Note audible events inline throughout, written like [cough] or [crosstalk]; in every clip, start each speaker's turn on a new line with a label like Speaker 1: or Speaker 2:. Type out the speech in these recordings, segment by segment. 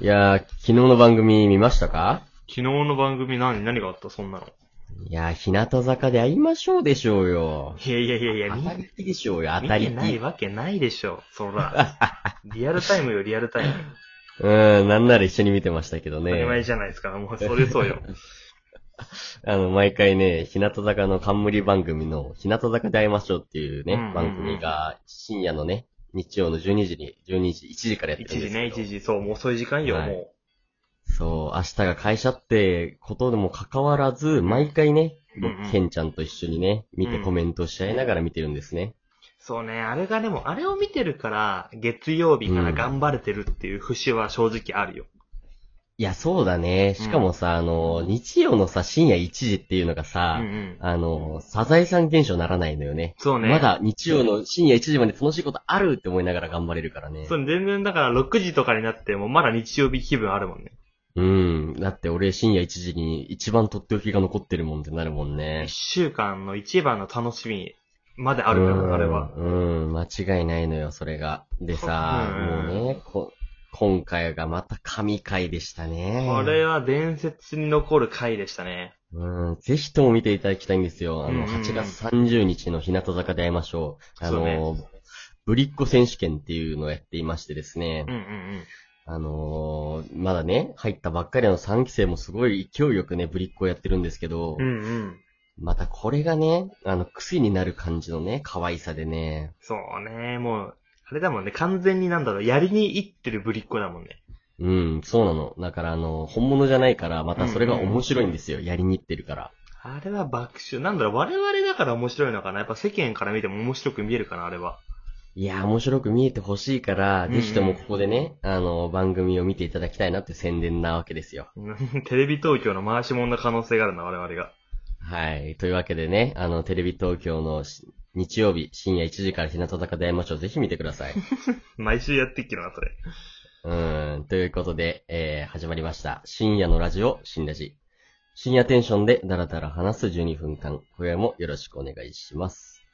Speaker 1: いやー、昨日の番組見ましたか
Speaker 2: 昨日の番組何、何があったそんなの。
Speaker 1: いやー、日向坂で会いましょうでしょうよ。
Speaker 2: いやいやいやいや、
Speaker 1: 当
Speaker 2: 見
Speaker 1: たりきでしょうよ、当
Speaker 2: 見
Speaker 1: たり
Speaker 2: て
Speaker 1: き。
Speaker 2: ないわけないでしょ。そ [laughs] ら。リアルタイムよ、リアルタイム。
Speaker 1: うん、なんなら一緒に見てましたけど
Speaker 2: 当たり前
Speaker 1: ね。
Speaker 2: じゃないですか。もう、それ [laughs] そうよ。
Speaker 1: あの、毎回ね、日向坂の冠番組の、日向坂で会いましょうっていうね、
Speaker 2: うんうんうん
Speaker 1: 番組が、深夜のね、日曜の12時に、12時、1時からやって
Speaker 2: 1
Speaker 1: るんです
Speaker 2: 時
Speaker 1: け
Speaker 2: ね、
Speaker 1: ど。
Speaker 2: 1時。そう、もう遅い時間よ、
Speaker 1: はい
Speaker 2: も
Speaker 1: そう、明日が会社ってことでも関わらず、毎回ね、僕
Speaker 2: うんうん
Speaker 1: ケンちゃんと一緒にね、見て
Speaker 2: うん
Speaker 1: コメントし合いながら見てるんですね。
Speaker 2: う。そうね、あれがでも、あれを見てるから、月曜日か
Speaker 1: う
Speaker 2: ら
Speaker 1: ん
Speaker 2: 頑張れてるっていう節は正直あるよ。
Speaker 1: いや、そうだね。しかもさ、あの、日曜のさ、深夜1時っていうのが
Speaker 2: うん
Speaker 1: さ、
Speaker 2: うん。
Speaker 1: あの、サザエさん現象ならないのよね。
Speaker 2: そうね。
Speaker 1: ま。だ日曜の深夜1時まで楽しいことあるって思いながら頑張れるからね
Speaker 2: そ。れ全然、だから6時とかになっても、まだ日曜日気分あるもんね。
Speaker 1: うん。だって俺深夜1時に一番とっておきが残ってるもんってなるもん
Speaker 2: 1
Speaker 1: ね。
Speaker 2: 週間の一番の楽しみまであるから、あれは。
Speaker 1: うん、うん間違いないのよ、それが。でさ、
Speaker 2: うん
Speaker 1: もうね、こ今回がまた神回でしたね。
Speaker 2: これは伝説に残る回でしたね。
Speaker 1: うん、ぜひとも見ていただきたいんですよ。あ
Speaker 2: うんう
Speaker 1: の、
Speaker 2: んうん
Speaker 1: 8月30日の日向坂で会いましょう。あ
Speaker 2: そうね
Speaker 1: の、ぶりっ子選手権っていうのをやっていましてですね
Speaker 2: うん。うんうん。
Speaker 1: あのーまだね、入ったばっかりの3期生もすごい勢いよくね、ぶりっ子をやってるんですけど、
Speaker 2: うんうん。
Speaker 1: またこれがね、あの、癖になる感じのね、可愛さでね。
Speaker 2: そうね、もう、あれだもんね、完全になんだろう、やりに行ってるぶりっ子だもんね。
Speaker 1: うん、そうなの。だからあの、本物じゃないから、またそれが面白いんですよ。やりに行ってるから。
Speaker 2: あれは爆笑。なんだろう、我々だから面白いのかなやっぱ世間から見ても面白く見えるかなあれは。 [laughs]
Speaker 1: いやー、面白く見えてほしいから、
Speaker 2: うんうん
Speaker 1: ぜひともここでね、あの、番組を見ていただきたいなって宣伝なわけですよ。
Speaker 2: うんテレビ東京の回し者の可能性があるな、我々が。
Speaker 1: はい。というわけでね、あの、テレビ東京のし日曜日深夜1時から日向坂で会いましょう。ぜひ見てくだ
Speaker 2: [laughs]
Speaker 1: さい。
Speaker 2: 毎週やってっけどな、それ。
Speaker 1: うーん。ということで、えー、始まりました。深夜のラジオ、新ラジ。深夜テンションでダラダラ話す12分間。今夜もよろしくお願いします。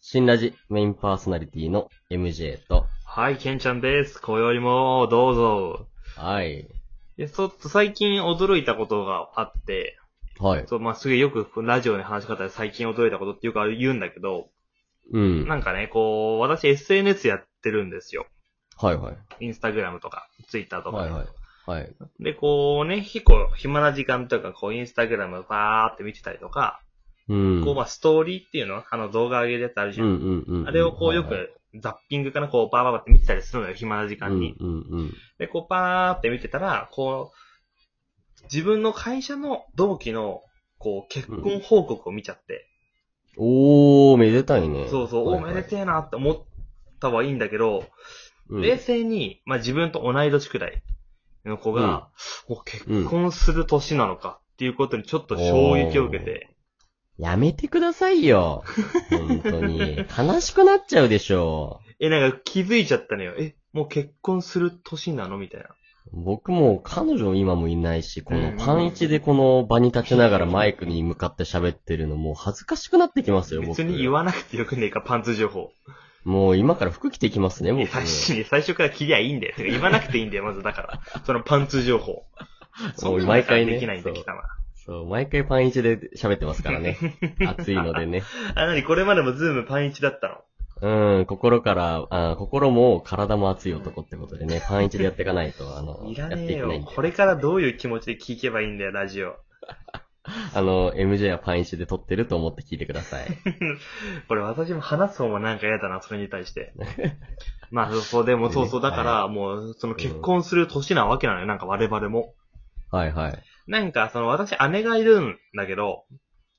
Speaker 1: 新ラジメインパーソナリティの MJ と、
Speaker 2: はい、ケンちゃんです。今宵も、どうぞ。
Speaker 1: はい。
Speaker 2: で、ちょっと最近驚いたことがあって、
Speaker 1: はい。
Speaker 2: そう、まあ、すげえよくラジオの話し方で最近驚いたことってよくある言うんだけど、
Speaker 1: うん。
Speaker 2: なんかね、こう、私 SNS やってるんですよ。
Speaker 1: はいはい。
Speaker 2: インスタグラムとか、ツイッターとかね、
Speaker 1: はいはい。はい。
Speaker 2: で、こうね、結構暇な時間とか、こう、インスタグラムパーって見てたりとか、
Speaker 1: うん。
Speaker 2: こう、まあ、ストーリーっていうのあの、動画上げるやつあるじ
Speaker 1: う
Speaker 2: ゃ
Speaker 1: ん
Speaker 2: ん。
Speaker 1: うんうんうん。
Speaker 2: あれをこう、よ
Speaker 1: はいはい
Speaker 2: く、ザッピングかな、こう、バーバーバーって見てたりするのよ、暇な時間に。
Speaker 1: うんうんうん。
Speaker 2: で、こう、パーって見てたら、こう、自分の会社の同期の、こう、結婚報告を見ちゃって、
Speaker 1: おー、めでたいね。
Speaker 2: そうそう、
Speaker 1: はい
Speaker 2: お
Speaker 1: はい
Speaker 2: めでてえなって思ったはいいんだけど、
Speaker 1: うん
Speaker 2: 冷静に、まあ自分と同い年くらいの子が、もう結婚する年なのかっていうことにちょっと衝撃を受けて、
Speaker 1: やめてください
Speaker 2: [laughs]
Speaker 1: よ。本当に。悲しくなっちゃうでしょ
Speaker 2: え、なんか気づいちゃったのよ。え、もう結婚する年なのみたいな。
Speaker 1: う。僕も彼女今もいないし、こ
Speaker 2: う
Speaker 1: の
Speaker 2: ん
Speaker 1: パンイチでこの場に立ちながらマイクに向かって喋ってるのもう恥ずかしくなってきますよ、僕。
Speaker 2: 別に言わなくてよくねえか、パンツ情報。
Speaker 1: もう今から服着てきますね、僕。
Speaker 2: 最初に最初から切りゃいいんだよ。てか言わなくていい
Speaker 1: [laughs]
Speaker 2: んだよ、まずだから。そのパンツ情報。そんな
Speaker 1: 毎回ね
Speaker 2: できないん
Speaker 1: そ
Speaker 2: だ、
Speaker 1: う
Speaker 2: 来たな。
Speaker 1: そう、毎回パンイチで喋ってますからね。
Speaker 2: [laughs]
Speaker 1: 暑いのでね。
Speaker 2: あ、なにこれまでもズームパンイチだったの
Speaker 1: うん、心から、あ心も体も熱い男ってこと
Speaker 2: [laughs]
Speaker 1: でね、パンイチでやっていかないと、あの、
Speaker 2: いら
Speaker 1: やっ
Speaker 2: ね
Speaker 1: て
Speaker 2: え
Speaker 1: いけない
Speaker 2: よ
Speaker 1: ん。で。
Speaker 2: これからどういう気持ちで聞けばいいんだよ、ラジオ。
Speaker 1: あの、MJ はパンイチで撮ってると思って聞いてくだ
Speaker 2: [laughs]
Speaker 1: さい。
Speaker 2: これ私も話す方もなんか嫌だな、それに
Speaker 1: [laughs]
Speaker 2: 対して。まあ、そうそう、でもそうそう、だから、もう、その結婚する年なわけなのよ、なんか我々も。
Speaker 1: はいはい。
Speaker 2: なんか、その私、姉がいるんだけど、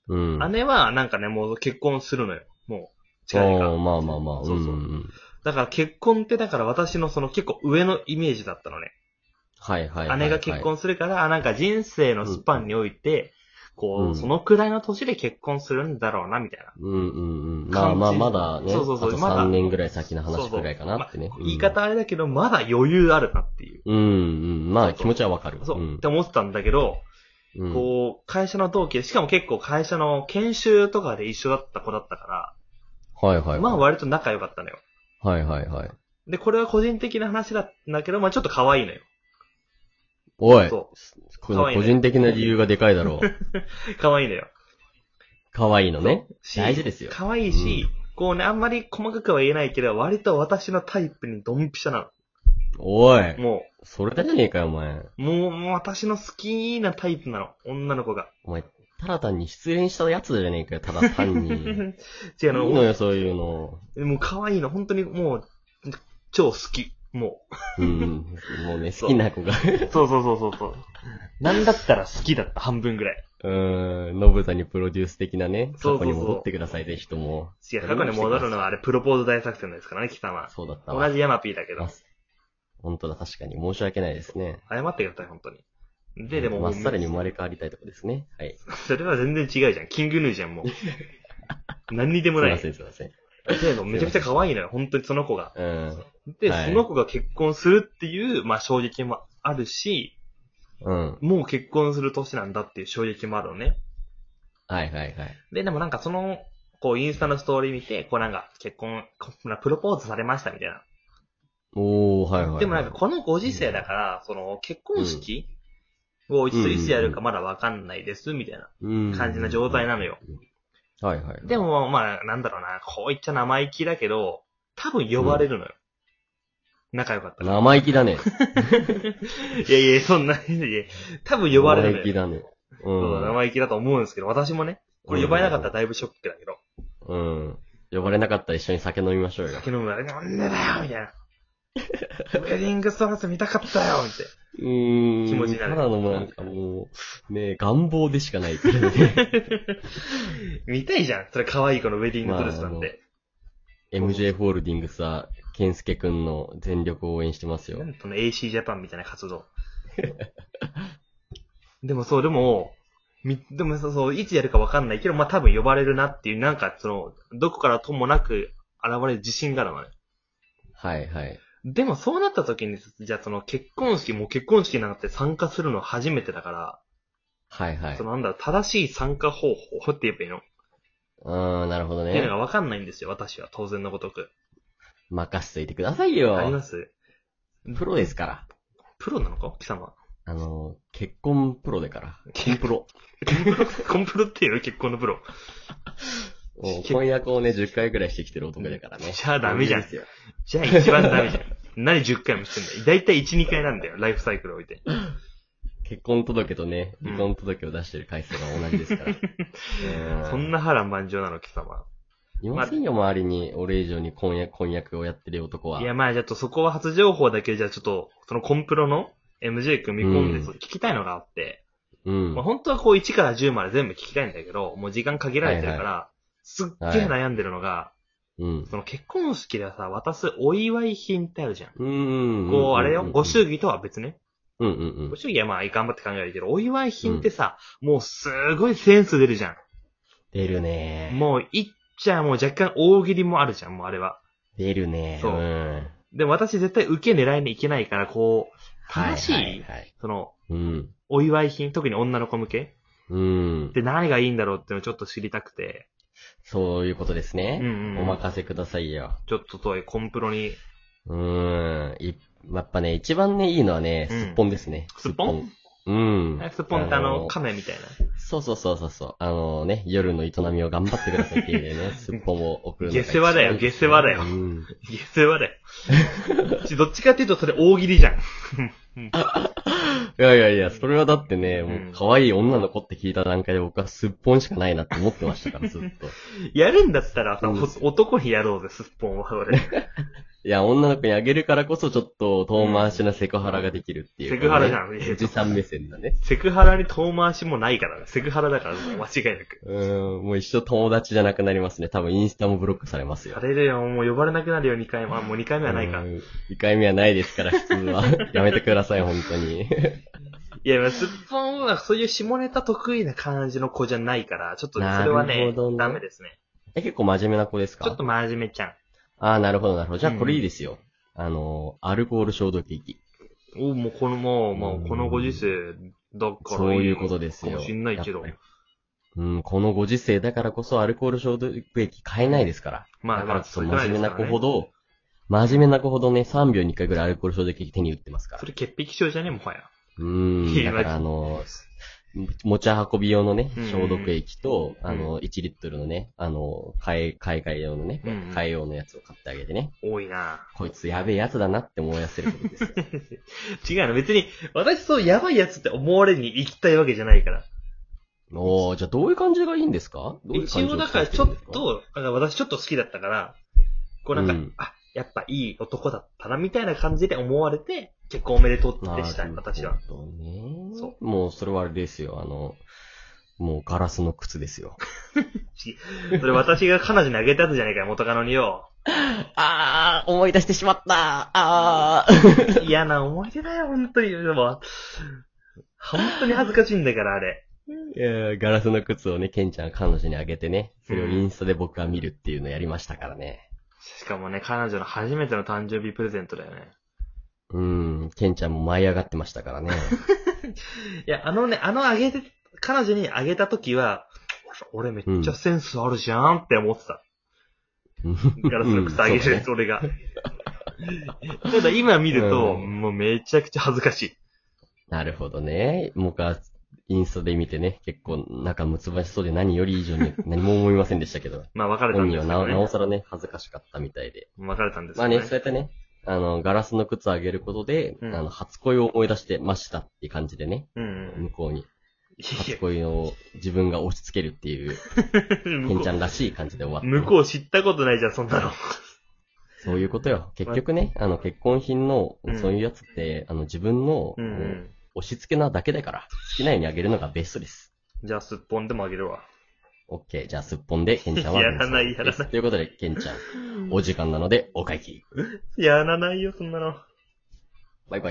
Speaker 1: うん。
Speaker 2: 姉はなんかね、もう結婚するのよ、もう。
Speaker 1: お
Speaker 2: 近々
Speaker 1: ーまあまあまあ。
Speaker 2: そうそうん
Speaker 1: ん。
Speaker 2: だから結婚って、だから私のその結構上のイメージだったのね。
Speaker 1: はいはいはいはい。
Speaker 2: 姉が結婚するから、あなんか人生のスパンにおいて、
Speaker 1: う
Speaker 2: こ
Speaker 1: ん
Speaker 2: う、そのくらいの年で結婚するんだろうな、みたいな。
Speaker 1: うんうんうん。まあまあ、
Speaker 2: 感じ
Speaker 1: まだね。
Speaker 2: そうそうそう
Speaker 1: あと
Speaker 2: まだ
Speaker 1: 3年ぐらい先の
Speaker 2: そう
Speaker 1: 話
Speaker 2: そう
Speaker 1: くらいかなってね
Speaker 2: まあ。
Speaker 1: うん
Speaker 2: 言い。方あれだけど、まだ余裕あるなっていう。
Speaker 1: うんうん。ま
Speaker 2: そ
Speaker 1: あ
Speaker 2: うそう
Speaker 1: 気持ちはわかる。
Speaker 2: そう、
Speaker 1: ん
Speaker 2: って思ってたんだけど、
Speaker 1: うん
Speaker 2: こう、会社の同期で、しかも結構会社の研修とかで一緒だった子だったか
Speaker 1: はいはいは
Speaker 2: ら、
Speaker 1: い。
Speaker 2: まあ割と仲良かったのよ。
Speaker 1: はいはいはい。
Speaker 2: で、これは個人的な話だんだけど、まあちょっと可愛いのよ。
Speaker 1: おい、
Speaker 2: そ
Speaker 1: この個人的な理由がでかいだろ
Speaker 2: [laughs]
Speaker 1: う。
Speaker 2: う。可愛いんだよ。
Speaker 1: 可愛いのね。
Speaker 2: し
Speaker 1: 大事ですよ。
Speaker 2: 可愛いし、こうね、あんまり細かくは言えないけど、割と私のタイプにドンピシャな
Speaker 1: おい
Speaker 2: の。、も
Speaker 1: それだじゃねえかよ、お前。
Speaker 2: う、もう、もう私の好きなタイプなの。女の子が。
Speaker 1: お前、ただ単に失恋したやつじゃねえかよ、ただ単に。い
Speaker 2: [laughs]
Speaker 1: い
Speaker 2: 違うの、
Speaker 1: のよ、そういうの。
Speaker 2: もう可愛いの、本当にもう、超好き。も
Speaker 1: うん。もうね、好きな
Speaker 2: [laughs]
Speaker 1: 子が。
Speaker 2: う。そうそうそうそうそう。なんだったら好きだった、半分ぐらい。
Speaker 1: うーん、ノブさんにプロデュース的なね、
Speaker 2: そ
Speaker 1: そう
Speaker 2: そ
Speaker 1: こ
Speaker 2: うそう
Speaker 1: に戻ってください、ぜひとも。
Speaker 2: いや、過去に戻るのはあれ、プロポーズ大作戦ですからね、キさんは。
Speaker 1: そうだったわ。
Speaker 2: 同じヤマピーだけど。
Speaker 1: 本当だ、確かに。申し訳ないですね。
Speaker 2: 謝ってください、本当に。で、でも、
Speaker 1: 真っさらに
Speaker 2: も
Speaker 1: 生まれ変わりたいとこですね。はい。
Speaker 2: うそれは全然違うじゃん。キングヌーじゃ
Speaker 1: [laughs]
Speaker 2: ん、もう。何にでも
Speaker 1: すい
Speaker 2: な
Speaker 1: ま
Speaker 2: い。
Speaker 1: せん、すいません。
Speaker 2: でもめちゃくちゃ可愛いのよ、本当にその子が。
Speaker 1: うん。
Speaker 2: で、
Speaker 1: はい
Speaker 2: その子が結婚するっていう、まあ衝撃もあるし、
Speaker 1: うん。
Speaker 2: もう結婚する年なんだっていう衝撃もあるのね。
Speaker 1: はいはいはい。
Speaker 2: で、でもなんかその、こうインスタのストーリー見て、こうなんか結婚、こプロポーズされましたみたいな。
Speaker 1: おー、はいはいはい。
Speaker 2: でもなんかこのご時世だから、その結婚式をいついつやるかまだわかんないです、みたいな。感
Speaker 1: 感
Speaker 2: じの状態なのよ。
Speaker 1: はいはい。
Speaker 2: で、もまあなんだろうな、こういっちゃ生意気だけど、多分呼ばれるのよ。仲良かったら。
Speaker 1: 生意気だ
Speaker 2: [laughs]
Speaker 1: ね。
Speaker 2: いやいや、そんな、いやいや多分呼ばれるの
Speaker 1: 生
Speaker 2: よ
Speaker 1: 意気。だね。う
Speaker 2: そ
Speaker 1: ん。
Speaker 2: う、生意気だと思うんですけど、私もね、これ呼ばれなかったらだいぶショックだけど、
Speaker 1: うん。呼ばれなかったら一緒に酒飲みましょうよ。
Speaker 2: 酒飲むななんでだよみ [laughs] たいな。ウェディングストーンズ見たかったよみたい
Speaker 1: う
Speaker 2: な。
Speaker 1: ーん。
Speaker 2: 気持ちになる
Speaker 1: ただのもうなんかもう、ね願望でしかないけ [laughs] どね。
Speaker 2: 見たいじゃん。それ可愛い子のウェディングドレスなんて。
Speaker 1: MJ ホールディングスは、健介くんの全力を応援してますよ
Speaker 2: な。んとね、AC ジャパンみたいな活動。でもそう、でも、みでもそうそう、いつやるかわかんないけど、まあ多分呼ばれるなっていう、なんかその、どこからともなく現れる自信があるのね。
Speaker 1: はいはい。
Speaker 2: でもそうなった時に、じゃあその結婚式、もう結婚式なんて参加するの初めてだから、
Speaker 1: はいはい
Speaker 2: そ。のなんだろう、正しい参加方法って言えばいいの、
Speaker 1: うーん、なるほど
Speaker 2: ってい
Speaker 1: ね
Speaker 2: うの。がわかんないんですよ、私は。当然のごとく。
Speaker 1: 任せといてください
Speaker 2: ありま
Speaker 1: よ。
Speaker 2: す
Speaker 1: プロですから。
Speaker 2: プロなのか貴様。
Speaker 1: あの、結婚プロだから。
Speaker 2: 結
Speaker 1: プロ。
Speaker 2: コンプロっていうよ結婚のプロ。
Speaker 1: もう婚約をね、10回くらいしてきてる男だからね。
Speaker 2: じゃあダメじゃん
Speaker 1: ダメですよ
Speaker 2: じゃあ一番ダメじゃん。 [laughs] 何10回もしてんだよ。だいたい1、2回なんだよ、ライフサイクル置いて。
Speaker 1: 結婚届とね、
Speaker 2: うん
Speaker 1: 離婚届を出してる回数が同じです [laughs] から。う
Speaker 2: そん。な波乱万丈なの、貴様。
Speaker 1: いませんよ、周りに、俺以上に婚約、婚約をやってる男は。
Speaker 2: いや、まあ、じゃあちょっとそこは初情報だけ、じゃあちょっと、そのコンプロの MJ 君見込んで、
Speaker 1: うん
Speaker 2: そう聞きたいのがあって、
Speaker 1: うん
Speaker 2: まあ。本当はこう1から10まで全部聞きたいんだけど、もう時間限られてるから、
Speaker 1: はい
Speaker 2: すっげえ悩んでるのが、
Speaker 1: うん。
Speaker 2: その結婚式でさ、渡すお祝い品ってあるじゃん。
Speaker 1: うん。
Speaker 2: こう、あれよ、ご
Speaker 1: 主
Speaker 2: 祝儀とは別ね。
Speaker 1: うんうんうん
Speaker 2: ご。祝儀はまあ、頑張って考えるけど、お祝い品ってさ、もうすごいセンス出るじゃ
Speaker 1: 出るね
Speaker 2: ん。。もう、いっちゃもう若干大喜利もあるじゃん、もうあれは。
Speaker 1: 出るね。。
Speaker 2: そうんでも私絶対受け狙いにいけないから、こう、正しい、
Speaker 1: はいはいはい。
Speaker 2: その、
Speaker 1: うん。
Speaker 2: お祝い品、特に女の子向け
Speaker 1: うん。
Speaker 2: で何がいいんだろうっていうのをちょっと知りたくて、
Speaker 1: そういうことですね。
Speaker 2: うんうんうん
Speaker 1: お任せくださいよ。
Speaker 2: ちょっとそういうコンプロに、
Speaker 1: うーん。いやっぱね、一番ね、いいのはね、
Speaker 2: うん
Speaker 1: すっぽんですね。
Speaker 2: すっぽん
Speaker 1: うん。
Speaker 2: スポンタの亀みたいな。 [laughs]
Speaker 1: そうそうそうそうそう。あのね、夜の営みを頑張ってくださいっていう意味
Speaker 2: [laughs]
Speaker 1: でね、すっぽんを送るのが
Speaker 2: 下世話だ
Speaker 1: 一
Speaker 2: よ
Speaker 1: 番いいですね
Speaker 2: 下世話だよ
Speaker 1: うん。
Speaker 2: いや、それはだよ。 [laughs] どっちかっていうとそれ大喜利じゃん。
Speaker 1: いやいやいや、それはだってね、
Speaker 2: うん
Speaker 1: もう可愛い女の子って聞いた段階で僕はすっぽんしかないなって思ってました
Speaker 2: [laughs]
Speaker 1: から、ずっと。
Speaker 2: やるんだったらさ、
Speaker 1: うん
Speaker 2: お男にやろうぜ、すっぽんは。俺。
Speaker 1: いや、女の子にあげるからこそちょっと遠回しなセクハラができるっていう、
Speaker 2: セクハラじゃ
Speaker 1: ん。
Speaker 2: ん。いや
Speaker 1: おじさん目線だね。
Speaker 2: セクハラに遠回しもないからね。セクハラだから、もう間違いなく。
Speaker 1: うーん、もう一生友達じゃなくなりますね。多分インスタもブロックされますよ
Speaker 2: あ。れだよ、もう呼ばれなくなるよ、2回目。あ、もう2回目はないか。
Speaker 1: う
Speaker 2: い
Speaker 1: ん一回目はないですから、普通は。 [laughs] やめてください、本当に。
Speaker 2: や、すっぽんはそういう下ネタ得意な感じの子じゃないから、ちょっとね
Speaker 1: なる
Speaker 2: それ
Speaker 1: ほどね
Speaker 2: はね、ダメですね。
Speaker 1: え、結構真面目な子ですか
Speaker 2: ちょっと真面目ちゃん。
Speaker 1: ああ、なるほど、なるほど。じゃあ、これいいですよ。あの、アルコール消毒液。
Speaker 2: おもうこの、もう、もうこのご時世、だから
Speaker 1: そういうことですよ。
Speaker 2: かもしんないけど
Speaker 1: やっぱ。りうん、このご時世だからこそアルコール消毒液買えないですから。
Speaker 2: まあ、
Speaker 1: だか
Speaker 2: ま
Speaker 1: ら
Speaker 2: あ、
Speaker 1: こそ
Speaker 2: 少
Speaker 1: 真
Speaker 2: ない
Speaker 1: 面
Speaker 2: で
Speaker 1: 目
Speaker 2: す
Speaker 1: な
Speaker 2: か
Speaker 1: 子
Speaker 2: らね
Speaker 1: ほど、真面目な子ほどね、3秒に1回ぐらいアルコール消毒液手に打ってますから
Speaker 2: そ。れ潔癖症じゃね、もはや。
Speaker 1: うーん。だからあの、持ち運び用のね
Speaker 2: うん、
Speaker 1: 消毒液と、
Speaker 2: うん
Speaker 1: あの、1リットルのね、あの、海海外用のね
Speaker 2: うんうん、
Speaker 1: 海洋のやつを買ってあげてね、
Speaker 2: 多いな
Speaker 1: こいつやべえやつだなって思い出せることですよ。 [laughs]
Speaker 2: 違うの、別に、私そうやばいやつって思われに行きたいわけじゃないから。
Speaker 1: おー、じゃあどういう感じがいいんですかどういう
Speaker 2: 一
Speaker 1: 感じ
Speaker 2: 応
Speaker 1: を
Speaker 2: だからちょっと、だから私ちょっと好きだったから、こうなんか、
Speaker 1: うん
Speaker 2: あ、やっぱいい男だったなみたいな感じで思われて、結婚おめでとう
Speaker 1: な
Speaker 2: で
Speaker 1: る
Speaker 2: した、私は。
Speaker 1: ほどね。
Speaker 2: そ
Speaker 1: もうそれはあれですよ、あの、もうガラスの靴ですよ。
Speaker 2: それ私が彼女にあげたやつじゃねえかよ、元カノに
Speaker 1: [laughs]
Speaker 2: よ。
Speaker 1: [laughs] あー、思い出してしまったあ
Speaker 2: 嫌な思い出だよ、本当に。でも、本当に恥ずかしいんだから、あれ。
Speaker 1: ーいやーガラスの靴をね、ケンちゃん彼女にあげてね、それをインスタで僕が見るっていうのやりましたからね。
Speaker 2: しかもね、彼女の初めての誕生日プレゼントだよね。
Speaker 1: うん、ケンちゃんも舞い上がってました [laughs] からね。
Speaker 2: いや、あのね、あのあげて、彼女にあげた時は、俺めっちゃセンスあるじゃんって思ってた。ガラスの靴あげるやつ、俺が。ただ今見ると、
Speaker 1: うん
Speaker 2: もうめちゃくちゃ恥ずかしい。
Speaker 1: なるほどね。僕は、インスタで見てね、結構仲むつばしそうで何より以上に何も思いませんでした [laughs] けど、
Speaker 2: まあ別れた
Speaker 1: 本
Speaker 2: んで
Speaker 1: 人
Speaker 2: す
Speaker 1: は
Speaker 2: け
Speaker 1: な
Speaker 2: ど
Speaker 1: おなお
Speaker 2: ね。
Speaker 1: さらね、恥ずかしかったみたいで。
Speaker 2: 別れたんです
Speaker 1: ま
Speaker 2: よ
Speaker 1: あ
Speaker 2: ね。
Speaker 1: ね、そうやってね、あの、ガラスの靴をあげることで、
Speaker 2: うん
Speaker 1: あの、初恋を思い出してましたって感じでね、
Speaker 2: うんうん。
Speaker 1: 向こうに、
Speaker 2: い
Speaker 1: 初恋を自分が押し付けるっていう、
Speaker 2: や
Speaker 1: ケ
Speaker 2: 向
Speaker 1: ンちゃ
Speaker 2: こ
Speaker 1: んらしい感じで終わっ
Speaker 2: う、
Speaker 1: た、
Speaker 2: 向こう知ったことないじゃん、そんなの。
Speaker 1: そういうことよ。結局ね、あの、結婚品の
Speaker 2: うん、
Speaker 1: そういうやつって、あの、自分の、
Speaker 2: うんう。
Speaker 1: もうん押し付けなだけだから、好きなようにあげるのがベストです。
Speaker 2: じゃあ、すっぽんでもあげるわ。
Speaker 1: オッケー、じゃあ、すっぽんで、ケンちゃんは。
Speaker 2: やらないやらない
Speaker 1: ということで、ケンちゃん、お時間なので、お会計。
Speaker 2: やらないよ、そんなの。